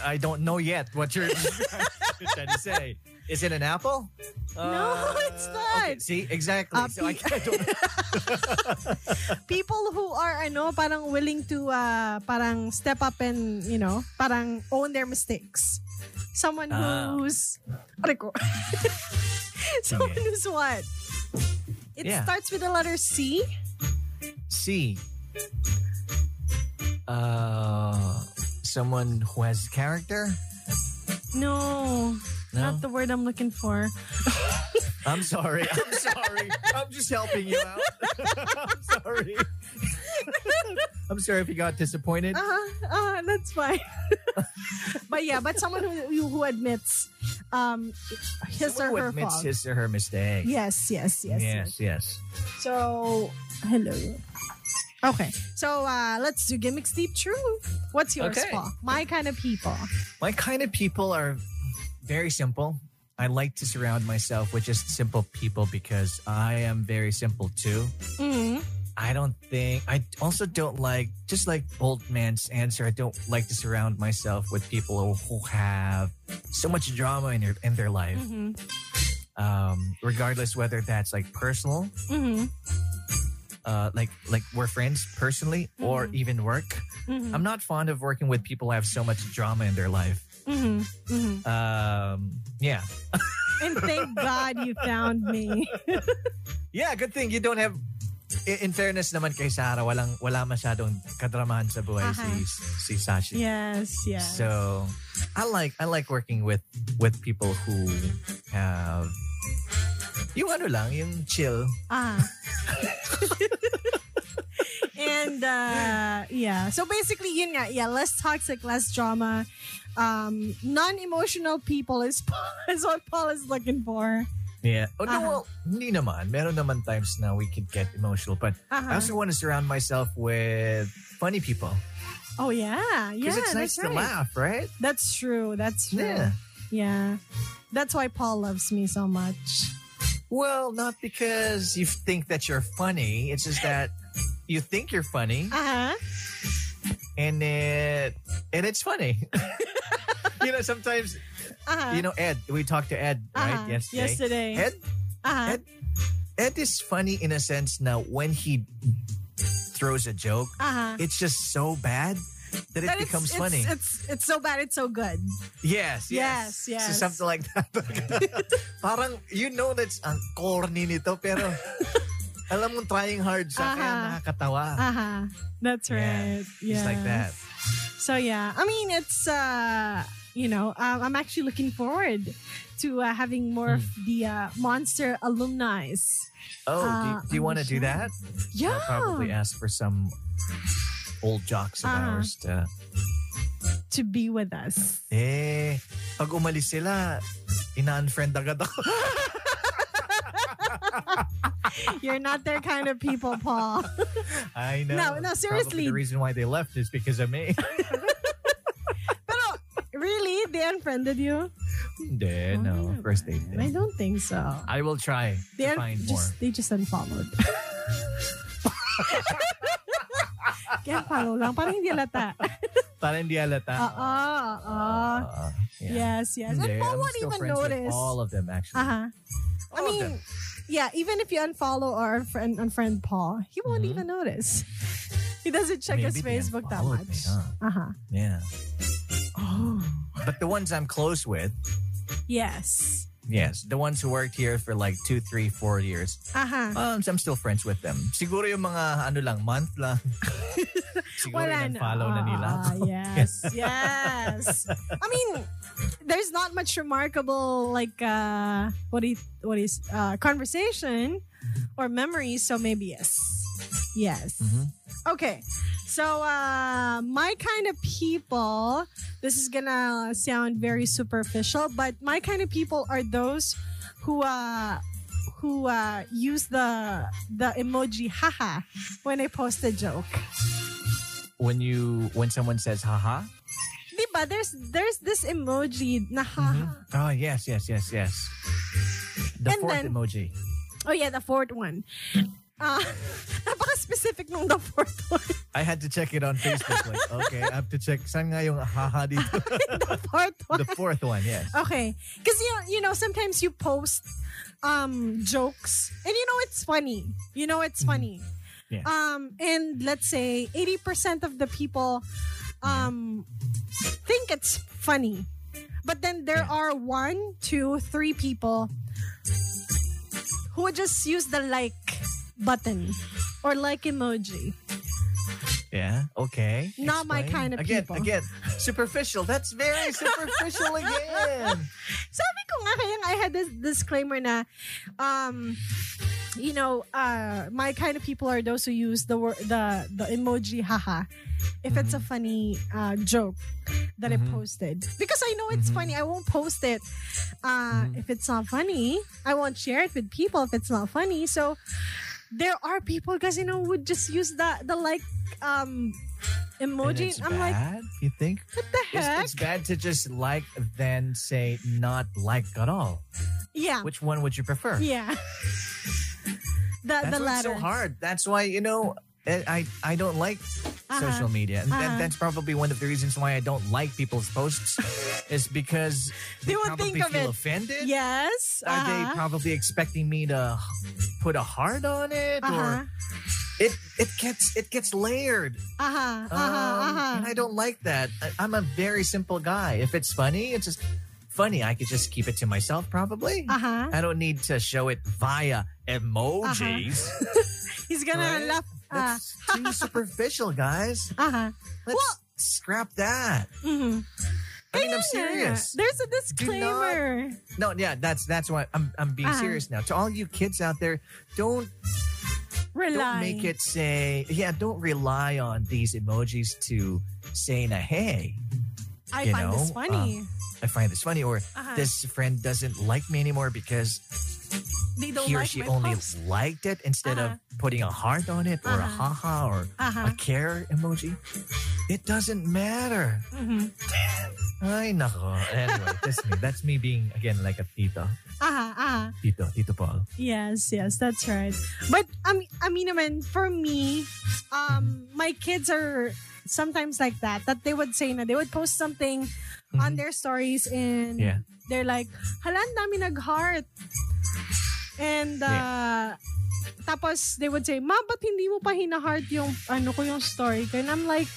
I don't know yet what you're trying to say. Is it an apple? Uh,
No, it's
okay,
not.
see, exactly.
Uh,
so I,
pe-
I don't.
People who are ano parang willing to uh, parang step up and you know parang own their mistakes. Someone
Ah.
who's aray ko. someone
Sige.
who's what? It
Yeah.
starts with the letter C.
C. Uh, someone who has character.
No,
No,
not the word I'm looking for.
I'm sorry. I'm sorry. I'm just helping you out. I'm sorry. I'm sorry if you got disappointed.
Uh huh. Uh, that's fine. but yeah, but someone who who admits um his or
Someone who
her
admits
fault.
his or her mistake.
yes, yes, yes, yes.
yes, yes.
So hello. Okay, so uh, let's do gimmicks deep truth. What's yours,
Okay.
Paul? My kind of people.
My kind of people are very simple. I like to surround myself with just simple people because I am very simple too.
Mm.
I don't think I also don't like just like Boltman's answer. I don't like to surround myself with people who have so much drama in their in their life,
hmm
um, regardless whether that's like personal,
hmm
uh, like like we're friends personally, or
Mhm.
even work.
hmm
I'm not fond of working with people who have so much drama in their life.
hmm hmm
Um, yeah,
And thank God you found me.
Yeah, good thing you don't have i- in fairness naman kay Sarah, walang wala masyadong kadramahan sa buhay si si Sashi.
yes, yes.
So, I like I like working with with people who have yung ano lang, yung chill.
Ah. and uh, yeah, so basically, yun nga, yeah, less toxic, less drama. Um, non-emotional people is, is what Paul is looking for.
Yeah. Oh, no,
Uh-huh.
well, hindi naman. Meron naman times na we could get emotional, but I
Uh-huh.
also want to surround myself with funny people
Oh yeah, yeah.
because it's nice
that's
to
right.
laugh, right?
That's true. That's true.
Yeah.
Yeah. That's why Paul loves me so much.
Well, not because you think that you're funny. It's just that you think you're funny.
Uh huh.
and it and it's funny. you know, sometimes
Uh
you know Ed. We talked to Ed right yesterday.
Uh-huh. Yesterday.
Ed
Uh-huh.
Ed- Ed is funny in a sense. Now, when he throws a joke,
Uh-huh.
it's just so bad that it
But it's-
becomes
it's,
funny.
It's, it's so bad. It's so good.
yes,
yes,
yes,
yes.
So something like that. Parang you know that's ang corny nito pero alam mo trying hard siya kaya
Aha.
nakakatawa.
Uh huh. That's
Yeah,
right. Yeah.
Just like that.
So yeah, I mean it's uh you know um, I'm actually looking forward to uh, having more of
Hmm.
the uh, monster alumni.
Oh,
Uh,
do, do you
on
want to
the
do
show.
that?
Yeah. Ah.
I'll probably ask for some old jocks of
Uh-huh.
ours to
To be with us.
eh pag umalis sila ina-unfriend agad ako
You're not their kind of people, Paul.
I know.
No, no,
Probably
seriously.
The reason why they left is because of me.
oh, really? They unfriended you?
Hindi,
Oh,
no. First date.
I don't think so.
I will try
They
to
un-
find
just they just unfollowed. Kaya follow lang. Parang hindi alata.
more. Parang hindi halata.
Oo, oo.
Uh,
Uh-uh. Yes, yes.
Hindi,
And Paul
I'm
won't
still
even
friends with
notice.
all of them, actually.
Uh-huh. I
All of
mean,
them.
yeah, even if you unfollow or unfriend, unfriend Paul, he won't
Mhm.
even notice. He doesn't check his
Maybe they
Facebook that
unfollowed
much.
me, huh?
Uh-huh.
Yeah.
Oh.
But the ones I'm close with,
Yes.
yes, the ones who worked here for like two, three, four years,
Uh-huh.
um, I'm still friends with them. Siguro yung mga ano lang, month lang. Siguro yung follow na nila.
Ah, yes. yes. I mean, there's not much remarkable like uh what is what is uh conversation or memories, so maybe yes. Yes.
Mhm.
Okay. So uh my kind of people, this is going to sound very superficial, but my kind of people are those who uh who uh, use the the emoji haha when I post a joke.
When you when someone says haha,
Diba, there's there's this emoji na ha.
Mhm. Oh yes, yes, yes, yes. The
And
fourth
then-
emoji.
Oh yeah, the fourth one. Uh, napaka-specific nung the fourth one.
I had to check it on Facebook. Like, okay, I have to check. Saan nga yung haha dito?
the fourth one.
the fourth one, yes.
Okay. Because you know, you know, sometimes you post um jokes and you know it's funny. You know it's funny.
Mm-hmm. Yeah.
Um and let's say 80% of the people um think it's funny. But then there
Yeah.
are one, two, three people who would just use the like button or like emoji.
Yeah. Okay.
Not my
Explain.
kind of
again,
people.
Again, superficial. That's very superficial again.
Sabi ko nga kaya nga, I had this disclaimer na um you know uh my kind of people are those who use the word the the emoji haha if it's
Mm-hmm.
a funny uh joke that I
Mhm.
posted because I know it's
Mhm.
funny I won't post it uh
Mhm.
if it's not funny I won't share it with people if it's not funny so there are people guys you know would just use the the like um
And
emoji
it's
I'm like
bad, you think?
what the heck
It's, it's bad to just like then say not like at all.
yeah
Which one would you prefer?
yeah the
That's
Uh, the
why it's
latter
so hard. That's why you know I I I don't like
Uh-huh.
social media, and
Uh-huh.
that, that's probably one of the reasons why I don't like people's posts, is because
They won't
probably
think of it.
feel offended.
Yes.
Are they
uh-huh.
probably expecting me to put a heart on it,
Uh-huh.
or it it gets it gets layered?
Uh-huh. Uh-huh.
Um,
Uh-huh.
And I don't like that. I, I'm a very simple guy. If it's funny, it's just funny. I could just keep it to myself, probably.
Uh-huh.
I don't need to show it via emojis.
He's gonna
Right?
laugh. Uh,
That's too superficial, guys.
uh-huh.
Let's
Well-
scrap that.
Mhm.
I mean, I'm
Yeah,
serious.
There's a disclaimer.
No, yeah, that's that's why I'm I'm being
Uh-huh.
serious now. To all you kids out there, don't don't
Rely.
make it say yeah. Don't rely on these emojis to say na hey,
I
you
find this
know,
funny.
I find this funny, or
Uh-huh.
this friend doesn't like me anymore because
they don't
he or
like my
she only
post.
liked it instead of putting a heart on it or a
Uh-huh.
haha or
Uh-huh.
a care emoji. It doesn't matter.
Mhm.
Ay, nako. Anyway, that's me. That's me being, again, like a tito.
Uh-huh. Uh-huh.
Tito. Tito Paul.
Yes, yes, that's right. But I mean, I mean, naman, for me, um, my kids are sometimes like that. That they would say na they would post something
Mm-hmm.
on their stories and
Yeah.
they're like, "Hala, ang dami nag-heart." And uh, tapos they would say, "Ma, ba't hindi mo pa hina-heart yung ano ko yung story ko?" And I'm like,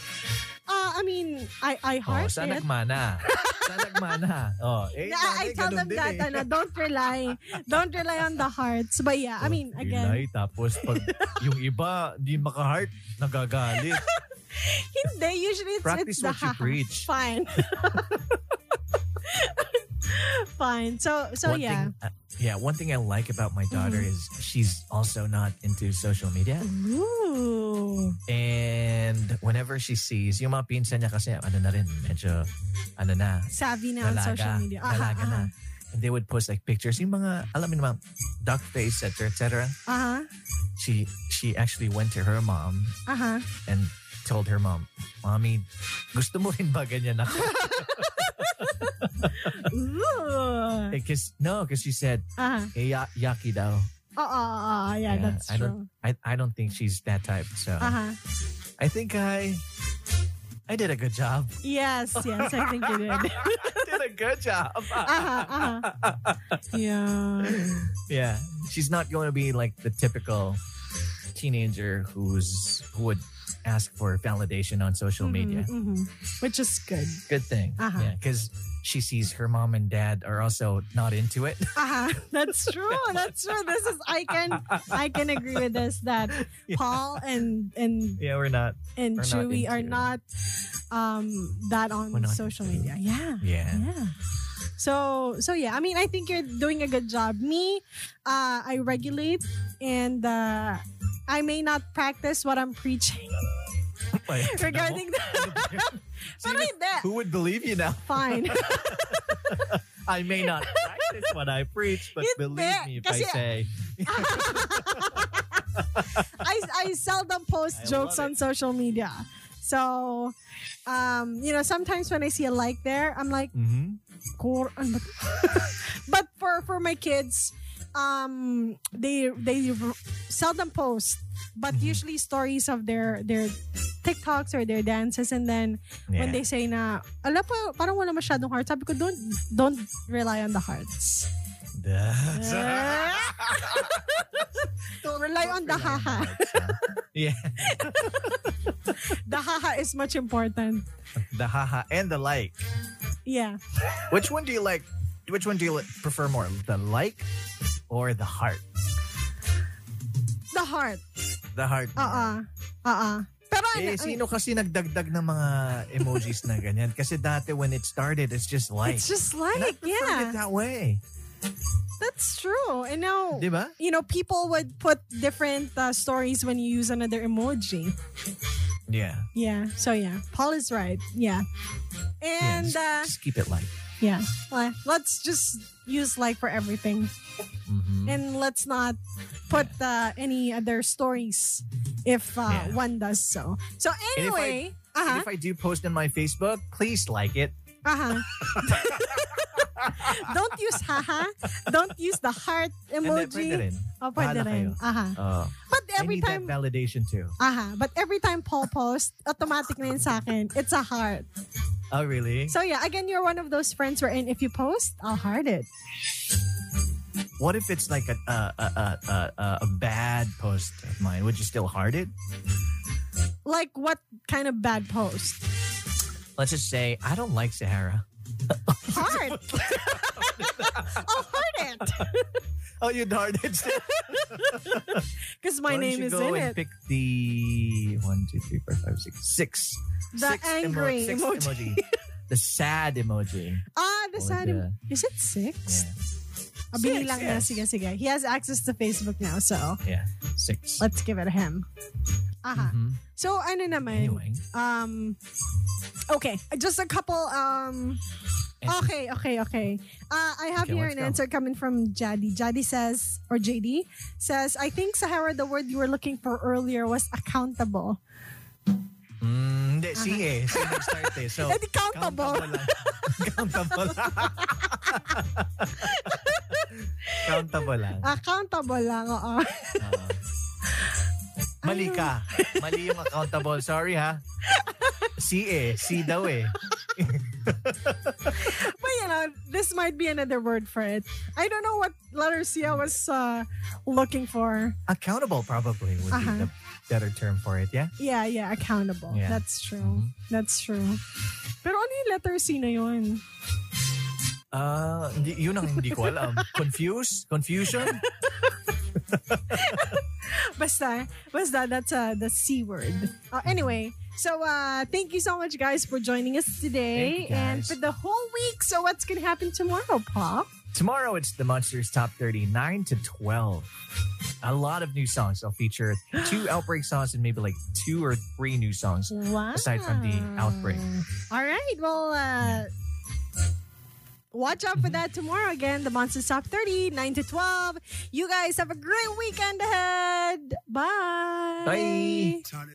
uh, I mean, I I
Oh,
heart
saan
it.
nagmana? saan nagmana? Oh,
Yeah, I, I
eh, dati
tell
ganun
them
din
that
eh.
ano, don't rely, don't rely on the hearts. But yeah, I mean, again,
Oh, Ilay, tapos pag yung iba, di maka-heart, nagagalit.
Hindi, usually it's, it's
Practice
the
what you
haha.
preach.
Fine. Fine. So so
one
yeah. Mm-hmm.
Thing, uh, yeah, one thing I like about my daughter is she's also not into social media.
Ooh.
And whenever she sees, yung mga pinsan niya kasi, ano na rin, medyo, ano na,
Savvy na on
dalaga.
social media. Ah, Uh-huh, Aha,
dalaga na.
aha.
And they would post like pictures. Yung mga, alam mo naman, duck Day, etc., etc.
Uh
She she actually went to her mom
huh. Uh huh.
and told her mom, "Mommy, gusto mo rin ba ganyan ako?"
Ooh.
Because no, because she said,
Uh-huh.
"Hey, ya- yaki daw."
Oh, oh, oh, oh, yeah,
Yeah,
that's
I
true.
don't- I I don't think she's that type. So
Uh huh.
I think I I did a good job.
Yes, yes, I think you did. Uh
I did a good job.
huh. Uh huh. Yeah.
yeah, she's not going to be like the typical teenager who's who would ask for validation on social media.
Mhm, mhm. Which is good.
Good thing,
Uh-huh.
yeah, because she sees her mom and dad are also not into it.
Uh-huh. That's true. That's true. This is I can I can agree with this that
Yeah.
Paul and and
yeah, we're not.
and
We're not
Chewy are
into-
not um that on
We're not
social
into-
media. Yeah.
Yeah,
Yeah. So so yeah, I mean I think you're doing a good job. Me, uh, I regulate and uh, I may not practice what I'm preaching regarding that.
See,
but I did.
who would believe you now?
Fine.
I may not practice what I preach, but
Hindi,
believe me if I
kasi-
say
I, I seldom post
I
jokes
love
on social media. So, um, you know, sometimes when I see a like there, I'm like,
Mhm.
Quran. But, but for for my kids, um, they they r- seldom post, but
Mhm.
usually stories of their their TikToks or their dances, and then when
Yeah.
they say na, ala pa, parang wala masyadong heart. Sabi ko, don't don't rely on the hearts.
That's-
don't rely on the haha.
yeah,
The haha is much important.
the haha and the like.
Yeah.
Which one do you like? Which one do you li- prefer more, the like or the heart?
The heart.
The heart.
Uh-uh. Uh-uh. Pero ano,
Ah, Eh, sino kasi nagdagdag ng mga emojis na ganyan? Kasi dati when it started, it's just like.
it's just
And I
like, yeah.
preferred it that way.
That's true. And now,
Di ba?
you know, people would put different uh, stories when you use another emoji.
Yeah.
Yeah. So yeah, Paul is right. Yeah. And
yeah, just,
yeah, uh,
just keep it light.
yeah, Le- let's just use like for everything,
Mhm.
and let's not put uh, any other stories if uh,
Yeah.
one does so. So
And if I-
anyway,
And
uh
If I do post on my Facebook, please like it.
huh, uh huh. Don't use haha. Don't use the heart
And then, pwede
emoji.
rin.
Oh, pwede
Bahala
rin.
kayo.
Aha.
Oo.
But
I
every
need
time
that validation too.
Aha. But every time Paul posts, automatic na yun sa akin. It's a heart.
Oh, really?
So yeah, again, you're one of those friends wherein if you post, I'll heart it.
what if it's like a a, a, a, a, a bad post of mine? Would you still heart it?
Like what kind of bad post?
Let's just say I don't like Sahara.
Heart. I'll heart it.
Oh, you'd heart it still.
Because my
Why don't
name
you
is
go
in
and
it.
Pick the one, two, three, four, five, six, six.
The
Sixth
angry
sixth
emoji.
the sad emoji.
Ah, the
Or
sad.
the-
Is it six?
Oh, Yeah,
Ah, bili
Six,
lang
yes.
niya. Sige, sige. He has access to Facebook now, so
yeah, six.
let's give it to him. Aha.
Mhm.
So ano naman?
Anyway,
Um, okay, just a couple. Um,
Answers.
okay, okay, okay. Uh, I have
Okay,
here
let's
an
go.
answer coming from Jadi. Jadi says, or JD says, I think Sahara, the word you were looking for earlier was accountable.
mm,
Ah.
hindi, si eh. Si nag-start eh. So,
Eh, di countable.
countable lang. countable lang. countable lang.
Ah. Accountable lang, oo.
Oo. mali ka. Mali yung accountable. Sorry ha. Si eh. Si daw eh.
but you know, this might be another word for it. I don't know what letter C I was uh, looking for.
Accountable probably would
Uh-huh.
be the better term for it. Yeah?
Yeah, yeah, accountable.
Yeah. Mm-hmm.
That's true. That's true. Pero ano yung letter C na yun?
Ah, hindi- yun ang hindi ko alam. Confuse? Confusion?
Basta, basta, that's uh, the C word. Uh, anyway, so uh, thank you so much, guys, for joining us today
Thank you,
and
guys.
for the whole week. So, what's going to happen tomorrow, Paul?
Tomorrow it's the Monsters Top 39 to 12. A lot of new songs. I'll feature two outbreak songs and maybe like two or three new songs.
Wow.
Aside from the outbreak.
All right. Well, uh, watch
Mm-hmm.
out for that tomorrow again. The Monsters Top 30, 9 to 12. You guys have a great weekend ahead. Bye.
Bye.
Turn it